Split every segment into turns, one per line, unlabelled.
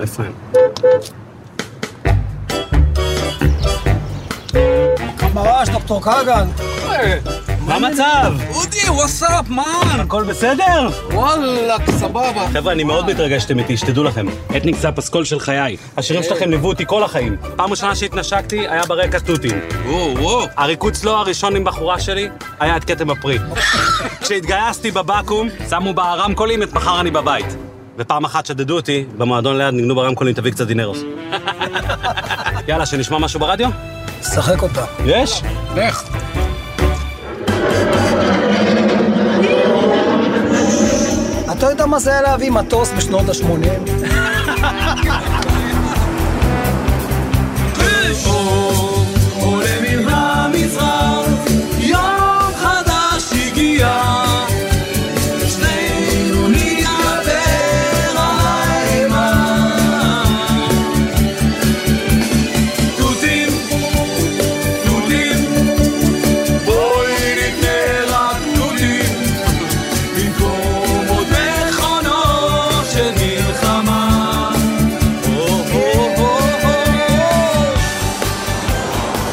FM.
ממש, דוקטור כגן.
מה המצב?
אודי, וואטסאפ, מן!
הכל בסדר?
וואלכ, סבבה.
חבר'ה, אני מאוד מתרגש שאתם איתי, שתדעו לכם. אה. אתניק זה הפסקול של חיי. השירים שלכם ליוו אותי כל החיים. פעם ראשונה שהתנשקתי, היה ברקע תותים.
וואו, וואו.
הריקוץ לא הראשון עם בחורה שלי, היה עד כתם הפרי. כשהתגייסתי בבקו"ם, שמו ברמקולים את מחר אני בבית. ופעם אחת שדדו אותי, במועדון ליד ניגנו ברמקולים, תביא קצת דינרוס. יאללה, שנשמע משהו ברדיו?
שחק אותה.
יש?
לך. אתה יודע מה זה היה להביא מטוס בשנות ה-80?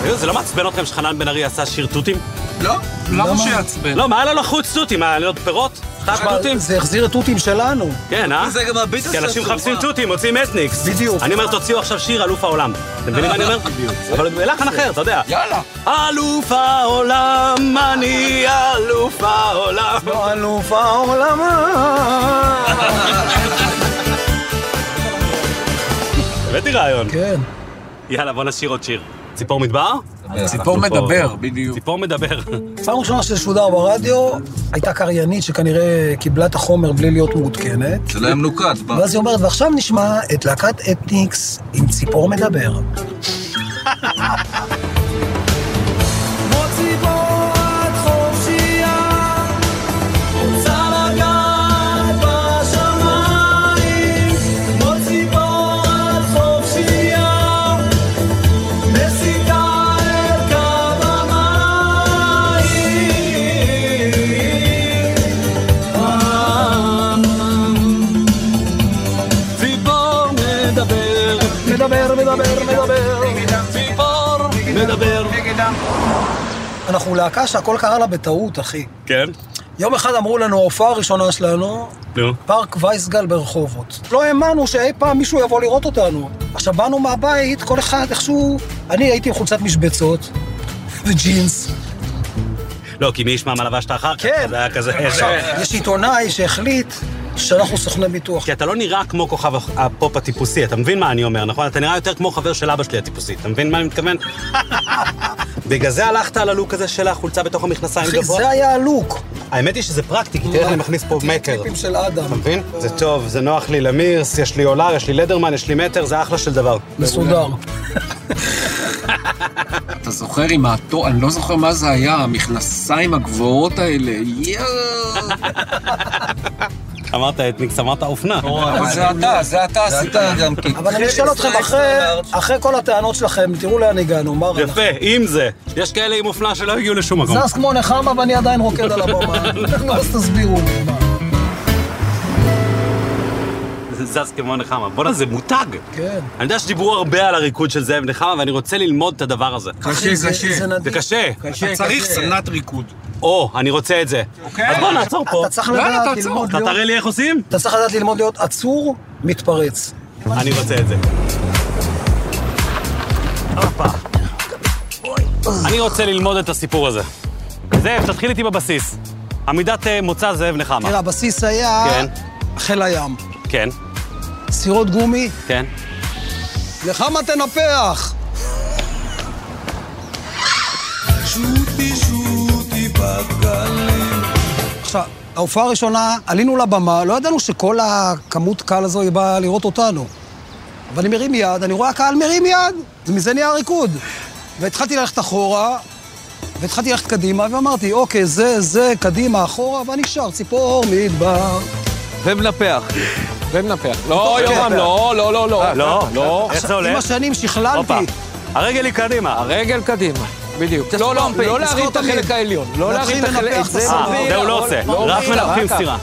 אה. זה לא מעצבן אתכם שחנן בן ארי עשה שיר תותים?
לא, למה שיעצבן?
לא, מה היה לו לחוץ תותים? היה לו פירות? חש תותים?
זה החזיר את תותים שלנו.
כן, אה?
זה גם הביט
כי
הזה
אנשים מחפשים תותים, מוצאים אתניקס.
בדיוק.
אני אומר, תוציאו עכשיו שיר אלוף העולם. אתם מבינים מה אני אומר? אבל בלחן אחר, אתה יודע.
יאללה.
אלוף העולם, אני אלוף העולם.
לא אלוף העולם.
הבאתי רעיון.
כן.
יאללה, בוא נשיר עוד שיר. ציפור מדבר?
ציפור
אנחנו פה.
מדבר, בדיוק.
ציפור מדבר.
פעם ראשונה שזה שודר ברדיו, הייתה קריינית שכנראה קיבלה את החומר בלי להיות מעודכנת.
זה לא היה מנוקד, מה?
ואז היא אומרת, ועכשיו נשמע את להקת אתניקס עם ציפור מדבר.
ציפור מדבר,
מדבר, מדבר, מדבר.
ציפור מדבר.
אנחנו להקה שהכל קרה לה בטעות, אחי.
כן?
יום אחד אמרו לנו, ההופעה הראשונה שלנו,
נו.
פארק וייסגל ברחובות. לא האמנו שאי פעם מישהו יבוא לראות אותנו. עכשיו, באנו מהבית, כל אחד איכשהו... אני הייתי עם חולצת משבצות וג'ינס.
לא, כי מי ישמע מה לבשת אחר כך?
כן.
זה היה כזה ישר.
יש עיתונאי שהחליט שאנחנו סוכני ביטוח.
כי אתה לא נראה כמו כוכב הפופ הטיפוסי, אתה מבין מה אני אומר, נכון? אתה נראה יותר כמו חבר של אבא שלי הטיפוסי, אתה מבין מה אני מתכוון? בגלל זה הלכת על הלוק הזה של החולצה בתוך המכנסיים
אחי,
גבוה?
זה היה הלוק.
האמת היא שזה פרקטי, כי תראה איך אני מכניס פה מקר.
טיפים של אדם.
אתה מבין? זה טוב, זה נוח לי למירס, יש לי אולר, יש לי לדרמן, יש לי מטר, זה אחלה של דבר.
מסודר.
אתה זוכר עם התור, אני לא זוכר מה זה היה, המכנסיים הגבוהות האלה, יואו.
אמרת אתניקס, אמרת אופנה.
נכון.
אבל זה אתה, זה אתה עשית גם כי...
אבל אני אשאל אתכם, אחרי- אחרי כל הטענות שלכם, תראו לאן הגענו, מה רע לכם?
יפה, עם זה. יש כאלה עם אופנה שלא הגיעו לשום מקום.
זז כמו נחמה ואני עדיין רוקד על הבמה. אז תסבירו לי מה.
זה זז כמו נחמה. בואנה, זה מותג.
כן.
אני יודע שדיברו הרבה על הריקוד של זאב נחמה, ואני רוצה ללמוד את הדבר הזה.
אחי, זה- זה נדיר.
זה קשה.
קשה,
צריך
קשה.
סדנת ריקוד.
או, אני רוצה את זה.
אוקיי.
אז בוא נעצור פה.
אתה צריך
לא,
לדעת
תעצור.
ללמוד
אתה
להיות...
תראה לי איך עושים?
אתה צריך לדעת ללמוד להיות עצור, מתפרץ.
אני רוצה את זה. הופה. אני רוצה ללמוד את הסיפור הזה. זאב, תתחיל איתי בבסיס. עמידת אה, מוצא זאב נחמה.
תראה, הבסיס היה...
כן.
חיל הים.
כן,
סירות גומי,
כן.
נחמה תנפח! עכשיו, ההופעה הראשונה, עלינו לבמה, לא ידענו שכל הכמות קהל הזו היא באה לראות אותנו. אבל אני מרים יד, אני רואה הקהל מרים יד, ומזה נהיה הריקוד. והתחלתי ללכת אחורה, והתחלתי ללכת קדימה, ואמרתי, אוקיי, זה, זה, קדימה, אחורה, ואני שר ציפור מדבר.
ומנפח. ומנפח. לא,
כן.
יורם, לא, לא, לא, לא.
לא,
לא.
איך זה
עם
הולך?
השנים
הופה.
שכללתי.
הרגל היא קדימה.
הרגל קדימה. בדיוק.
תזכור,
לא, לא,
תזכור
לא להרים את
תמיד.
החלק העליון. לא
להתחיל
להרים את החלק...
לנפח
את
את
זה
הסנטר.
אה,
מוביל,
זה הוא לא עושה. רק
מוביל,
מנפחים
ככה.
סטירה.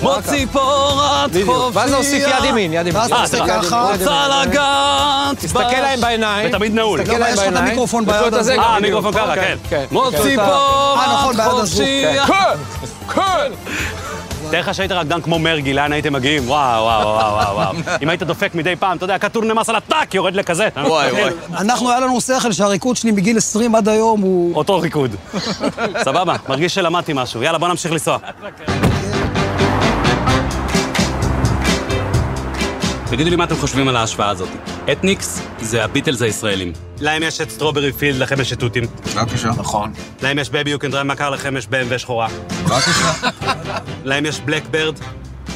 כמו ציפור את
לא בדיוק. ואז להוסיף יד ימין, יד ימין.
ואז תעשה
יד ימין,
ככה.
יד ימין.
אה, רוצה לגעת
תסתכל להם בעיניים.
ותמיד נעול.
תסתכל
למה,
להם
יש לך את
בעיניים.
המיקרופון
תעשו
ביד
את הזה
הזו.
גם
אה,
בדיוק.
המיקרופון ככה, כן. כמו
כן.
ציפור
אה, נכון,
את
ביד הזו.
חופשייה.
כן, כן.
תאר לך שהיית רקדן כמו מרגי, לאן הייתם מגיעים? וואו, וואו, וואו, וואו, וואו. אם היית דופק מדי פעם, אתה יודע, כתור נמס על הטאק, יורד לכזה.
וואי, וואי.
כן.
אנחנו, היה לנו שכל שהריקוד שלי מגיל 20 עד היום הוא...
אותו ריקוד. סבבה, מרגיש שלמדתי משהו. יאללה, בוא נמשיך לנסוע. תגידו לי מה אתם חושבים על ההשוואה הזאת. אתניקס זה הביטלס הישראלים. להם יש את סטרוברי פילד, לכם יש את תותים.
כן.
בבקשה. נכון.
להם יש בייבי יוקנדרן, מה קרה לכם? יש BMW שחורה. להם יש בלקברד,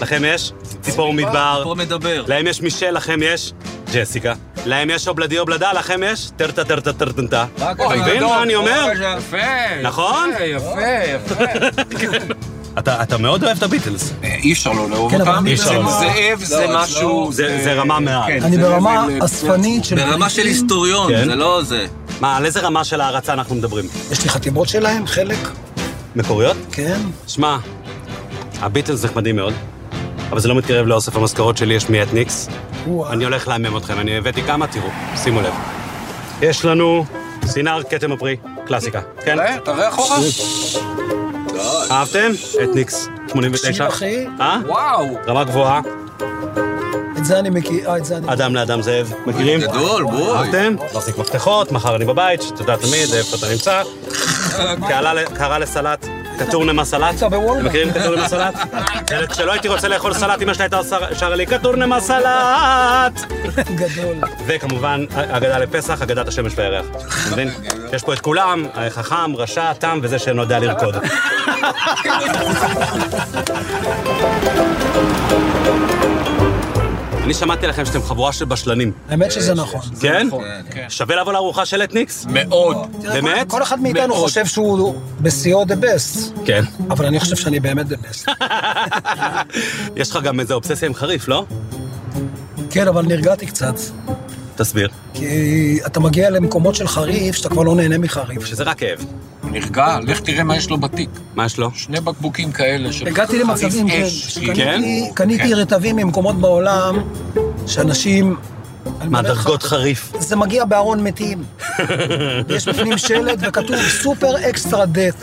לכם יש ציפור מדבר.
פה מדבר.
להם יש מישל, לכם יש ג'סיקה. להם יש אובלדי אובלדה, לכם יש טרטה טרטה טרטנטה. אתה מבין מה אני אומר?
יפה.
נכון?
יפה, יפה.
אתה אתה מאוד אוהב את הביטלס.
אי אפשר לא לאהוב
כן, אבל
אותם.
אי
אפשר לא.
זה זאב, זה משהו...
זה- זה רמה מעל.
כן,
אני
זה-
ברמה
זה-
אספנית של...
ברמה של היסטוריון,
כן.
זה לא זה.
מה, על איזה רמה של הערצה אנחנו מדברים?
יש לי חתימות שלהם, חלק,
מקוריות?
כן.
שמע, הביטלס נחמדים מאוד, אבל זה לא מתקרב לאוסף המשכורות שלי, יש מאתניקס.
וואו.
אני הולך להמם אתכם, אני הבאתי כמה, תראו, שימו לב. יש לנו סינר כתם הפרי, קלאסיקה, כן?
אה, תראה אחורה.
אהבתם? אתניקס, 89.
תקשיב, אחי.
אה?
וואו.
רמה גבוהה,
את זה אני מכיר, אה, את זה אני...
אדם לאדם זאב, מכירים?
גדול, בואי.
אהבתם? מחזיק מפתחות, מחר אני בבית, שאתה יודע תמיד איפה אתה נמצא. קהלה ל- קרה לסלט, קטורנמה סלט.
אתה בוולמארט.
אתם מכירים קטורנמה סלט? ילד שלא הייתי רוצה לאכול סלט, אמא שלי הייתה עושה- שרה לי קטורנמה סלט.
גדול.
וכמובן, אה, אגדה לפסח, אגדת השמש והירח. אתה מבין? יש פה את כולם, אה, חכם, רשע, תם וזה שאינו יודע לרקוד. אני שמעתי לכם שאתם חבורה של בשלנים.
האמת שזה נכון.
כן? שווה לבוא לארוחה של אתניקס?
מאוד.
תראה, כל-
באמת?
כל אחד מאיתנו
מאוד.
חושב שהוא בשיאו the best,
כן.
אבל אני חושב שאני באמת the best.
יש לך גם איזה אובססיה עם חריף, לא?
כן, אבל נרגעתי קצת,
תסביר.
כי אתה מגיע למקומות של חריף, שאתה כבר לא נהנה מחריף.
שזה רק כאב.
הוא נרגע, לך תראה מה יש לו בתיק.
מה יש לו?
שני בקבוקים כאלה של...
הגעתי למצבים,
חריף
כן,
אש.
שקניתי-
כן?
קניתי רטבים ממקומות בעולם, שאנשים... אני
מה,
אומר לך,
דרגות חריף?
זה מגיע בארון מתים. יש בפנים שלט וכתוב סופר אקסטרה דט.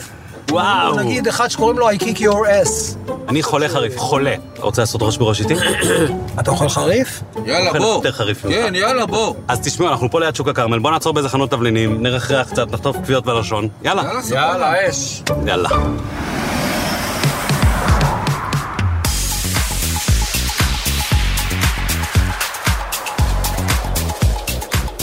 וואו.
נגיד אחד שקוראים לו I kick your ass.
אני חולה חריף, חולה. אתה רוצה לעשות ראש בראש איתי?
אתה אוכל חריף?
יאללה,
אוכל
בוא.
יותר חריף ממך.
כן, יאללה, בוא.
אז תשמעו, אנחנו פה ליד שוק הכרמל, בואו נעצור באיזה חנות תבלינים, נרחרח קצת, נחטוף כוויות בלשון. יאללה.
יאללה, יאללה, אש.
יאללה.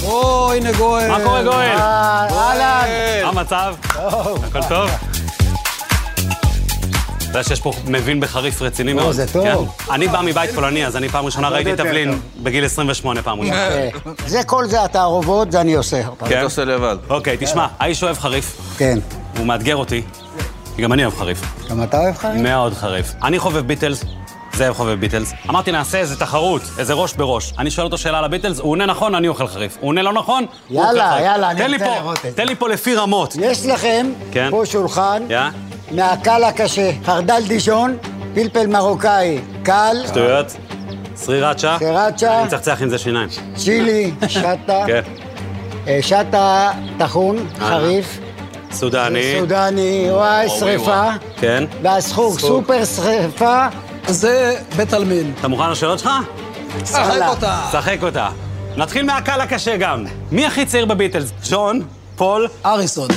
או, הנה גואל.
מה קורה, גואל?
אהלן.
מה המצב? הכל טוב? אתה יודע שיש פה מבין בחריף רציני מאוד.
זה טוב.
כן? אני בא מבית פולני, אז אני פעם ראשונה ראיתי
יודע יותר
תבלין בגיל 28 פעם ראשונה.
אה, זה כל זה התערובות, זה אני עושה. אותם.
כן?
אתה עושה לבד.
אוקיי, תשמע, האיש אוהב חריף,
כן.
הוא מאתגר אותי, כי גם אני אוהב חריף.
גם אתה אוהב חריף?
מאוד חריף. אני חובב ביטלס, זאב חובב ביטלס. אמרתי, נעשה איזה תחרות, איזה ראש בראש. אני שואל אותו שאלה על הביטלס, הוא עונה נכון, אני אוכל חריף. הוא עונה לא נכון, הוא אוכל
יאללה,
חריף.
יאללה, אני
תן לי
רוצה
פה-
לראות את זה.
תן לי פה לפי רמות.
יש לכם
כן.
פה שולחן
יא?
מהקל הקשה, חרדל דישון, פלפל מרוקאי, קל,
שטויות. סרירצ'ה.
סרירצ'ה.
אני מצחצח עם זה שיניים.
צ'ילי, שטה,
כן.
אה, שטה טחון, חריף,
סודני.
סודני, וואי, שרפה,
כן.
והסחוג, סופר שרפה,
זה בית עלמין.
אתה מוכן לשאלות שלך?
שחק אותה.
שחק אותה. נתחיל מהקל הקשה גם. מי הכי צעיר בביטלס? ג'ון, פול,
אריסון.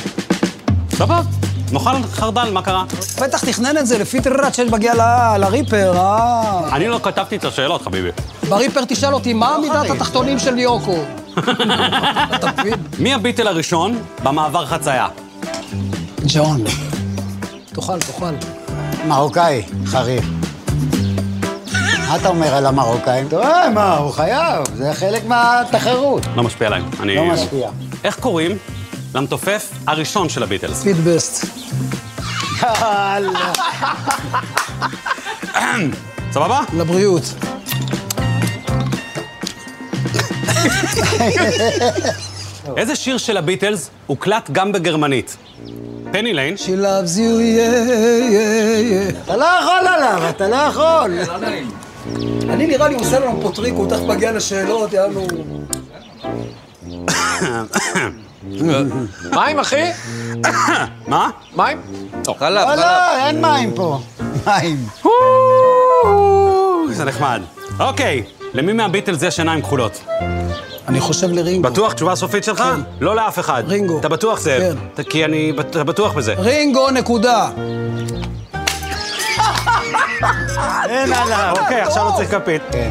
סבב. נאכל חרדל, מה קרה?
בטח תכנן את זה לפי טררת שיש מגיע ל- לריפר, אה?
אני לא כתבתי את השאלות, חביבי.
בריפר תשאל אותי, מה מידת התחתונים של ניוקו? אתה מבין?
מי הביטל הראשון במעבר חצייה?
ג'ון,
תאכל, תאכל.
מרוקאי, חריף. מה אתה אומר על המרוקאים? טוב, אה, מה, הוא חייב, זה חלק מהתחרות.
לא משפיע עליי. אני...
לא משפיע.
איך קוראים למתופף הראשון של הביטלס?
ספיד בסט.
יאללה.
סבבה?
לבריאות.
איזה שיר של הביטלס הוקלט גם בגרמנית? פני ליין.
She loves you, yeah, yeah, yeah.
אתה לא יכול עליו, אתה לא יכול.
אני נראה לי עושה לנו פה טריק, הוא תכף מגיע לשאלות, יאללה.
מים, אחי?
מה?
מים?
חלב,
לא,
חלב.
לא, אין מים פה. מים.
זה נחמד. אוקיי, למי מהביטלס יש עיניים כחולות?
אני חושב לרינגו.
בטוח תשובה סופית שלך?
כן.
לא לאף אחד.
רינגו.
אתה בטוח, זאב?
כן.
אתה- כי אני בט- אתה בטוח בזה.
כן.
רינגו, נקודה.
אין עליו.
אוקיי, עכשיו לא צריך כפית.
כן.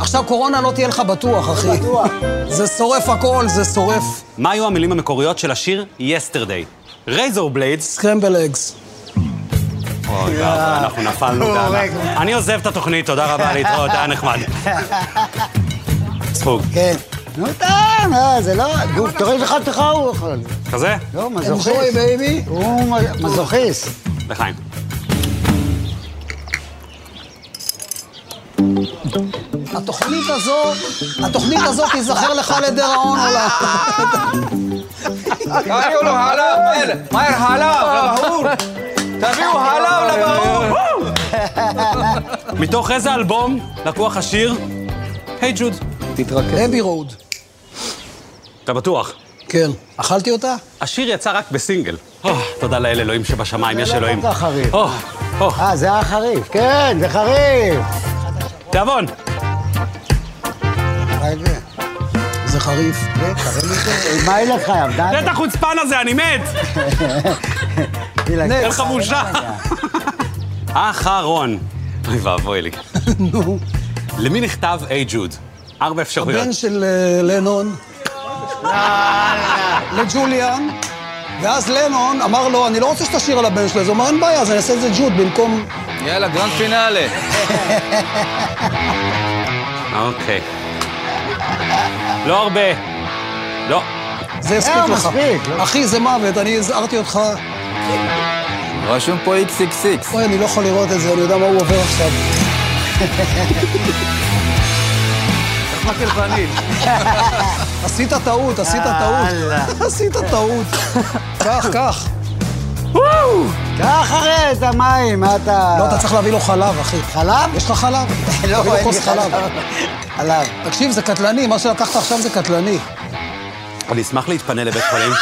עכשיו קורונה לא תהיה לך בטוח, אחי.
בטוח.
זה שורף הכל, זה שורף
מה היו המילים המקוריות של השיר Yesterday? רייזור בליידס.
סקרמבל אגס.
אוי, ואבוי, אנחנו נפלנו גם.
הורג.
אני עוזב את התוכנית, תודה רבה, להתראות, היה נחמד. צחוק.
כן. נו, טעם, אה, זה לא... גוף, תוריד לך אותך הוא אוכל.
כזה?
לא,
Enjoy,
מזוכיסט.
baby.
הוא מ- מזוכיסט.
לחיים.
התוכנית הזו, התוכנית הזו תיזכר לך לדיראון עולם.
תביאו לו חלב, אלה. מהר חלב, לבחור. תביאו חלב לבחור.
מתוך איזה אלבום לקוח השיר? היי ג'וד.
אוקיי.
אבי רוד.
אתה בטוח.
כן. אכלתי אותה?
השיר יצא רק בסינגל. אה, תודה לאל אלוהים שבשמיים, יש
לא
אלוהים.
כל כך חריף.
אה, אה,
אה, זה היה חריף. כן, זה חריף.
תיאבון.
זה חריף.
מה אין לך, עבדן?
כן.
תן את החוצפן הזה, אני מת! אין לך בושה. אחרון. אוי ואבוי לי.
נו.
למי נכתב היי ג'וד? ארבע אפשרויות.
הבן של אה, לנון. לג'וליאן. ואז לנון אמר לו, אני לא רוצה שתשיר על הבן שלי, אז הוא אמר, אין בעיה, אז אני אעשה את זה ג'וד במקום...
יאללה, גרנד פינאלה.
אוקיי. לא הרבה. לא.
זה יספיק
זהו,
לך.
מספיק, לא?
אחי, זה מוות, אני הזהרתי אותך.
רשום פה XXX.
אוי, אני לא יכול לראות את זה, אני יודע מה הוא עובר עכשיו.
מקל פנים.
עשית טעות, עשית טעות. עשית טעות. קח, קח.
קח הרי את המים, מה אתה...
לא, אתה צריך להביא לו חלב, אחי.
חלב?
יש לך חלב?
לא,
תביא לו
אין
כוס
לי חלב. חלב.
תקשיב, זה קטלני, מה שלקחת עכשיו זה קטלני.
אני אשמח להתפנה לבית חולים.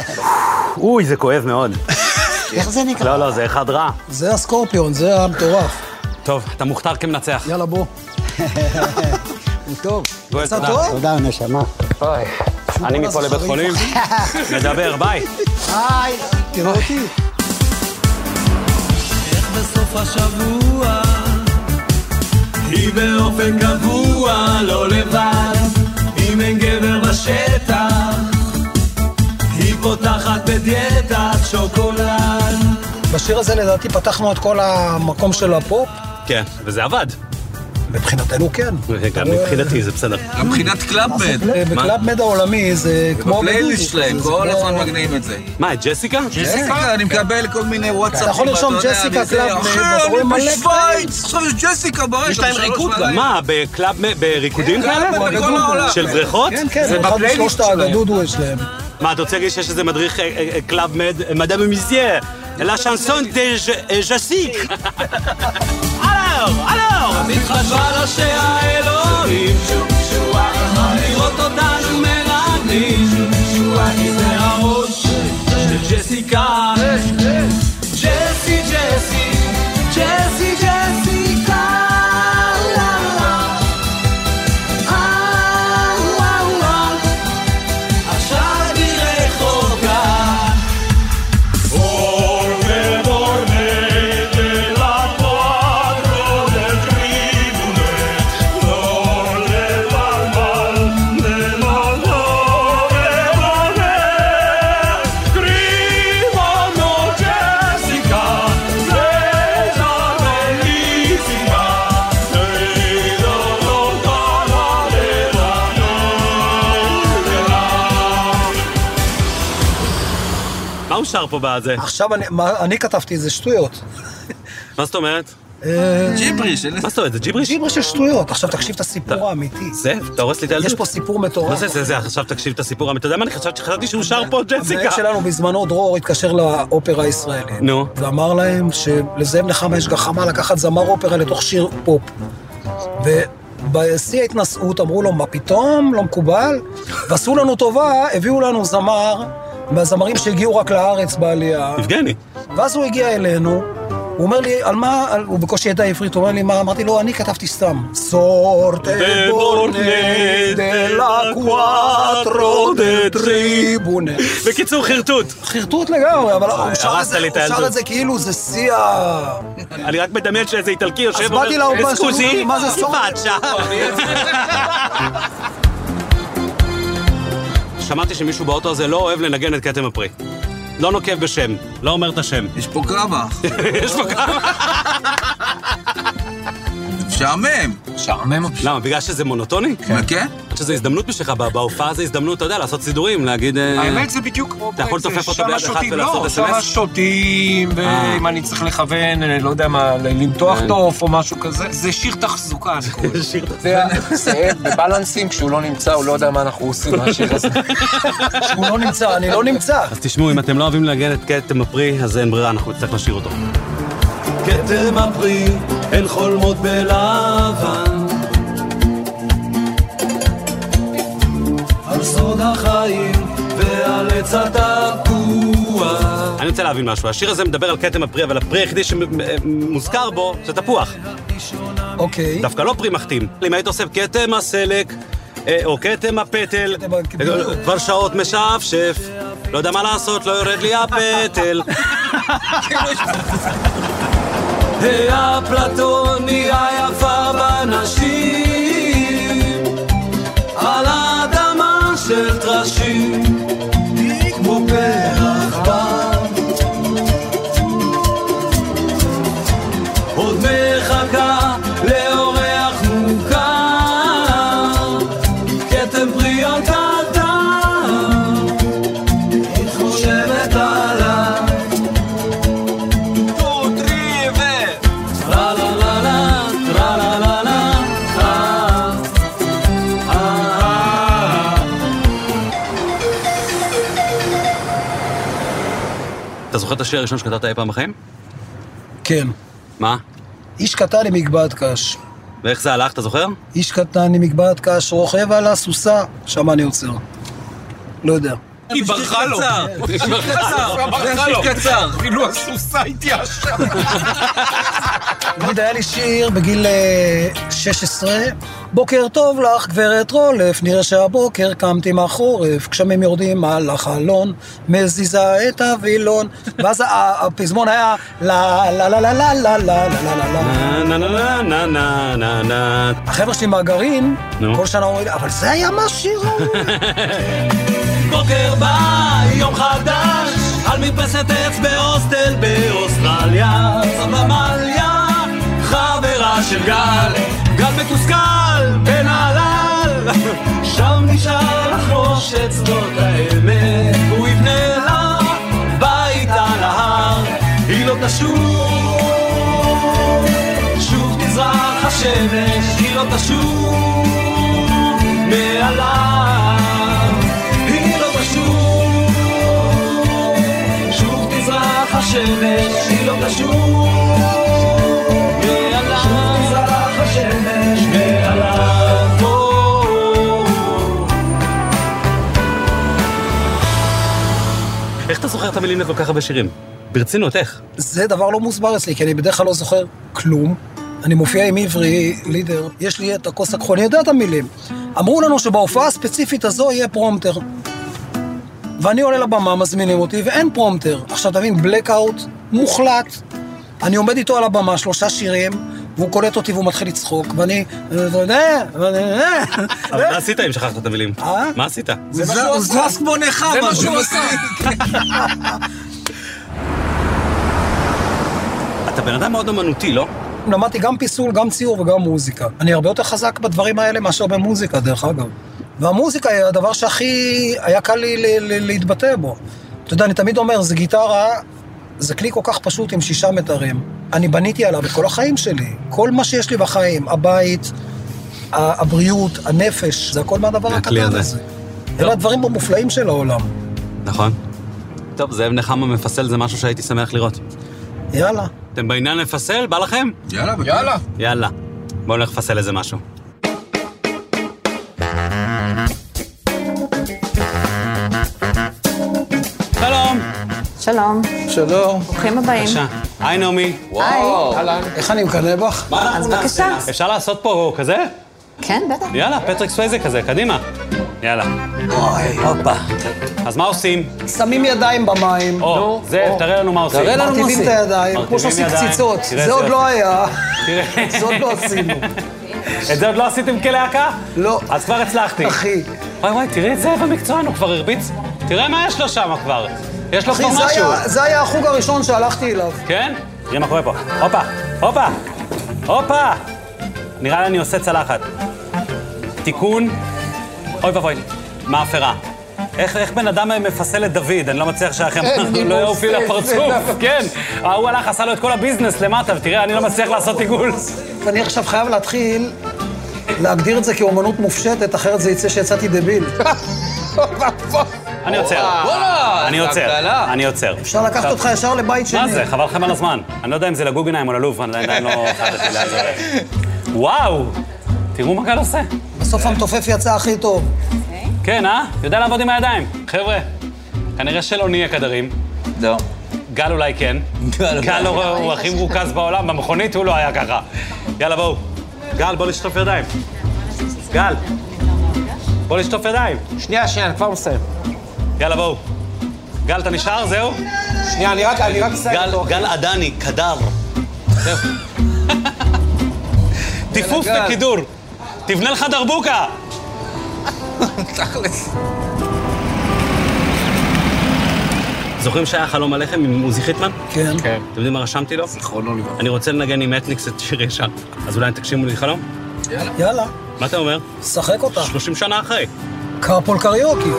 אוי, זה כואב מאוד.
איך זה נקרא?
לא, לא, זה אחד רע.
זה הסקורפיון, זה המטורף.
טוב, אתה מוכתר כמנצח.
יאללה, בוא.
הוא טוב.
גואל,
יצא
תודה.
טוב?
תודה, נשמה.
אני מפה לבית חולים. נדבר, ביי.
היי.
תראה אותי.
בסוף השבוע היא באופן קבוע לא לבד אם אין גבר בשטח היא פותחת בדיאטת שוקולד
בשיר הזה לדעתי פתחנו את כל המקום של הפופ.
כן, וזה עבד.
מבחינתנו כן.
גם מבחינתי זה בסדר.
גם מבחינת קלאבמד.
אה, בקלאב מד העולמי זה כמו...
בפלייליסט
בדודו,
שלהם,
זה
כל
כמו-
הזמן מגניבים את זה.
מה, את ג'סיקה?
ג'סיקה, אני מקבל כל מיני וואטסאפים.
אתה יכול לרשום
יודע,
ג'סיקה
מזה,
קלאבמד,
אחי,
ורואים מלא
אני בשוויץ, אחי, ג'סיקה ברשת. יש להם ריקוד
מה, בקלאב, בריקודים כאלה?
בכל
בדודו.
העולם.
של בריכות?
כן, כן,
זה
זה אחד
בפלייליסט
משלושת
שלהם.
הדודו יש להם.
מה, אתה רוצה להגיד שיש איזה מדריך אה, אה, אה, קלאב מד, מדאם מסייה, לה שנסון דה ז'סיק. אלור, אלור!
מתחשבה ראשי האלוהים לראות אותנו מרעדים כי זה הראש של ג'סיקה ג'סי ג'סי ג'סי ג'סיקה לה, לה. אה, וואו, וואו. עכשיו היא רחוקה
מה הוא שר פה בזה?
עכשיו אני- מה- אני כתבתי, זה שטויות.
מה זאת אומרת?
אה,
ג'יבריש, אלה...
מה זאת אומרת, זה ג'יבריש?
ג'יבריש של שטויות. עכשיו תקשיב את הסיפור האמיתי.
זה? אתה הורס לי את הילדות?
יש פה סיפור מטורף.
מה זה זה זה? עכשיו תקשיב את הסיפור. אתה יודע מה אני חשבתי? חשבתי שהוא שר פה ג'סיקה.
המנהל שלנו בזמנו, דרור, התקשר לאופרה הישראלית.
נו.
ואמר להם שלזאב נחמה יש גחמה לקחת זמר אופרה לתוך שיר פופ. ובשיא ההתנשאות אמרו לו, מה פתאום? לא מקובל. ועשו לנו טובה, הביאו לנו זמר מהזמרים שהגיעו רק לארץ בעלייה.
יבגני.
ואז הוא הגיע אלינו, הוא אומר לי, על מה, על... הוא בקושי ידע עברית, הוא אומר לי, מה? אמרתי לו, אני כתבתי סתם. סורטה בורנה דלה קואטרו דה טריבונה.
בקיצור, חרטוט.
חרטוט לגמרי, אבל הוא שר את
אה, הרסת
זה,
לי את
הוא שר
הילדות.
את זה כאילו זה שיא ה...
אני רק מדמיין שאיזה איטלקי יושב...
אז באתי לאולפן, שאלו
סקוזי,
אותי, מה זה סורטה?
פאצ'ה. שמעתי שמישהו באוטו הזה לא אוהב לנגן את כתם הפרי. לא נוקב בשם, לא אומר את השם.
יש פה קרבה.
יש פה כמה...
משעמם.
משעמם אותי.
למה, בגלל שזה מונוטוני?
כן?
שזו הזדמנות בשבילך, בה- בהופעה זו הזדמנות, אתה יודע, לעשות סידורים, להגיד... אה,
האמת זה בדיוק כמו...
אתה יכול
זה,
לתופף אותו
שם
ביד אחת
שותים,
ולעשות
לא,
SMS?
שם שותים,
אה.
ואם אני צריך לכוון, אה, לא יודע מה, ל- למתוח תוף או משהו כזה. זה שיר תחזוקה, אני קורא לזה.
זאב בבלנסים, כשהוא לא נמצא, הוא לא יודע מה אנחנו עושים מהשיר הזה.
שהוא לא נמצא, אני לא נמצא.
אז תשמעו, אם אתם לא אוהבים לנגן את כתם הפרי, אז אין ברירה, אנחנו נצטרך לשיר אותו.
כתם הפרי, הן חולמות בלבן. על סוד החיים ועל עץ התפוח.
אני רוצה להבין משהו. השיר הזה מדבר על כתם הפרי, אבל הפרי היחידי שמוזכר בו זה תפוח.
אוקיי.
דווקא לא פרי מחתים. אם היית עושה כתם הסלק, אה, או כתם הפטל,
כתם ה-
אה, כבר שעות משפשף, לא יודע מה לעשות, לא יורד לי הפטל.
הפלטוני היפה בנשים על אדמה של טרשים כמו פרח בר עוד מחכה לאורח מוכר כתם פרי על קטן היא חושבת עליו La la la la, la la la la, ah, ah, ah.
אתה זוכר את השיר הראשון שכתבת אי פעם בחיים?
כן.
מה?
איש קטן עם מגבעת קש.
ואיך זה הלך, אתה זוכר?
איש קטן עם מגבעת קש, רוכב על הסוסה, שם אני עוצר. לא יודע.
היא ברחה לו.
אה,
היא ברחה לו.
קצר.
אפילו הסוסה התייאשה.
תמיד היה לי שיר בגיל אה, 16, בוקר טוב לך, גברת רולף, נראה שהבוקר קמתי מהחורף, גשמים יורדים על החלון, מזיזה את הווילון, ואז ה- הפזמון היה לה לה לה לה לה לה לה לה לה לה לה.
נה נה נה נה נה נה נה
החבר'ה שלי מהגרעין,
נו.
כל שנה אומרים, לי, אבל זה היה מה שיר ההוא."
בוקר בא, יום חדש, על מרפסת עץ בהוסטל באוסטרליה. סבא מליה, חברה של גל, גל מתוסכל בנהלל. שם נשאר לחרוש את שדות העמק, הוא יבנה לה בית על ההר, היא לא תשוב. שוב תזרח השמש, היא לא תשוב מעליו. היא לא תשוב, שוב תזרח השמש, היא לא תשוב מעליו. שוב תזרח השמש מעליו.
איך אתה זוכר את המילים לכל כך הרבה שירים? ברצינות, איך?
זה דבר לא מוסבר אצלי, כי אני בדרך כלל לא זוכר כלום. אני מופיע עם עברי, לידר, יש לי את הכוס הכחול, אני יודע את המילים. אמרו לנו שבהופעה הספציפית הזו יהיה פרומטר. ואני עולה לבמה, מזמינים אותי, ואין פרומטר. עכשיו, תבין, בלקאוט מוחלט. אני עומד איתו על הבמה, שלושה שירים, והוא קולט אותי והוא מתחיל לצחוק, ואני... אה,
אבל מה עשית אם שכחת את המילים?
אה?
מה עשית?
זה מה שהוא
הוא
עשה.
זז כמו נחמה. זה מה שהוא עושה.
אתה בן אדם מאוד אומנותי, לא?
למדתי גם פיסול, גם ציור וגם מוזיקה. אני הרבה יותר חזק בדברים האלה מאשר במוזיקה, דרך אגב. והמוזיקה היא הדבר שהכי היה קל לי ל- ל- להתבטא בו. אתה יודע, אני תמיד אומר, זה גיטרה זה כלי כל כך פשוט עם שישה מיתרים. אני בניתי עליו את כל החיים שלי. כל מה שיש לי בחיים, הבית, ה- הבריאות, הנפש, זה הכל מהדבר
מהכלי
הקטן
הזה.
הזה. אלה הדברים המופלאים של העולם.
נכון. טוב, זאב נחמה מפסל זה משהו שהייתי שמח לראות.
יאללה.
אתם בעניין לפסל? בא לכם?
יאללה, יאללה.
יאללה, בואו נלך לפסל איזה משהו. שלום.
שלום,
שלום.
ברוכים הבאים.
בבקשה. היי נעמי.
היי.
איך אני מקנא בך?
מה
אז
אנחנו נעשה?
בבקשה.
אפשר לעשות פה כזה?
כן, בטח.
יאללה, פטריק סוויזה כזה, קדימה. יאללה.
אוי, הופה.
אז מה עושים?
שמים ידיים במים,
או, זאב, תראה לנו מה עושים.
תראה לנו.
מרטיבים את
עושים.
הידיים,
מרטיבים
כמו שעושים
ידיים.
קציצות.
תראה איזה
זה עוד
יופי.
לא היה,
תראה.
זה עוד לא עשינו.
את זה עוד לא עשיתם כלהקה?
לא.
אז כבר הצלחתי.
אחי,
וואי וואי, תראי את זאב המקצוען, הוא כבר הרביץ. תראה מה יש לו שם כבר. יש לו כבר
אחי, זה
משהו.
היה- זה היה החוג הראשון שהלכתי אליו.
כן? תראה מה קורה פה. הופה, הופה, הופה. נראה לי אני עושה צלחת. תיקון, אוי ואבוי, מאפרה. איך, איך בן אדם מפסל את דוד? אני לא מצליח שהחם
כן,
לא יעוף לי לפרצוף, כן. ההוא הלך, עשה לו את כל הביזנס למטה, ותראה, אני לא מצליח לעשות עיגול.
אני עכשיו חייב להתחיל להגדיר את זה כאומנות מופשטת, אחרת זה יצא שיצאתי דביל.
אני עוצר.
וואלה,
אני
זה
עוצר,
הגדלה.
אני עוצר.
אפשר לקחת אותך ישר לבית שני.
מה זה? חבל לכם על הזמן. אני לא יודע אם זה לגוגנהיים או ללוב, אני עדיין לא החלטתי לאן זה. וואו, תראו מה גל עושה.
בסוף המתופף יצא הכי טוב.
כן, אה? יודע לעבוד עם הידיים. חבר'ה, כנראה שלא נהיה קדרים.
לא.
גל אולי כן. גל הוא- הוא הכי מרוכז בעולם, במכונית הוא לא היה ככה. יאללה, בואו. גל, בוא נשטוף ידיים. גל. בוא נשטוף ידיים.
שנייה, שנייה, אני כבר מסיים.
יאללה, בואו. גל, אתה נשאר? זהו?
שנייה, אני רק, אני רק אסיים
גל,
אותו.
גל עדני, קדר. זהו. טיפוף
יאללה, גל.
וקידור. תבנה לך דרבוקה. זוכרים שהיה חלום הלחם עם עוזי חיטמן?
כן.
אתם יודעים מה רשמתי לו?
זיכרונו לברכה.
אני רוצה לנגן עם אתניקס את שיר ישן. אז אולי תקשיבו לי חלום?
יאללה,
מה אתה אומר?
שחק
אה.
אותה.
30 שנה אחרי.
קרפול קריוקי.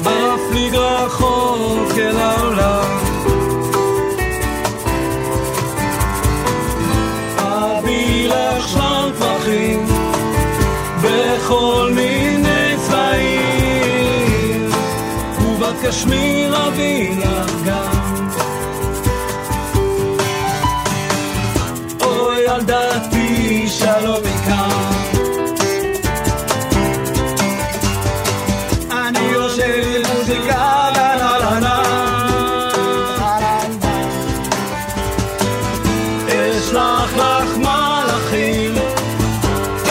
מפליג רחוק אל העולם. אבי לחשן פרחים בכל מיני צבעים, ובת קשמיר אבי לך גם. אוי ילדתי שלום מכאן אני יושב עם מוזיקה לה לה לה לה אשלח לך מלאכים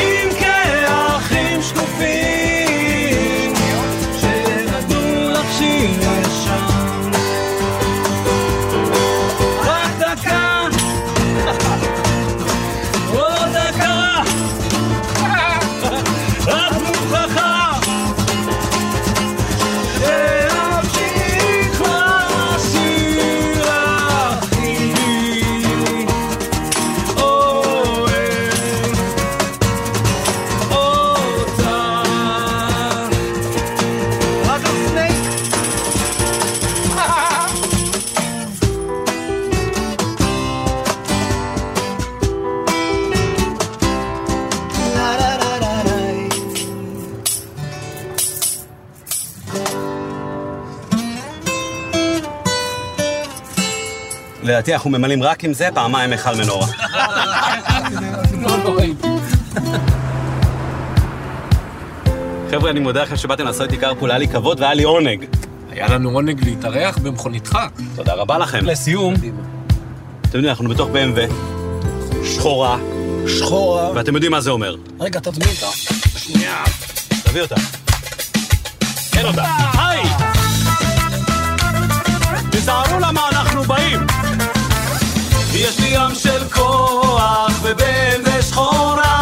עם כאחים שקופים שנתנו לך שיר ישן רק דקה עוד דקה את מוכרחה להמשיך לשיר אחי. אוהב אותך.
לדעתי אנחנו ממלאים רק עם זה פעמיים היכל מנורה.
לא,
חבר'ה, אני מודה לכם שבאתם לעשות איתי קרפול, היה לי כבוד והיה לי עונג.
היה לנו עונג להתארח במכוניתך.
תודה רבה לכם. לסיום, אתם יודעים, אנחנו בתוך BMW, שחורה,
שחורה.
ואתם יודעים מה זה אומר.
רגע, תטמין אותה.
תביא אותה. אין אותה. היי! תיזהרו למה אנחנו באים!
יש לי ים של כוח ובן ושחורה
לא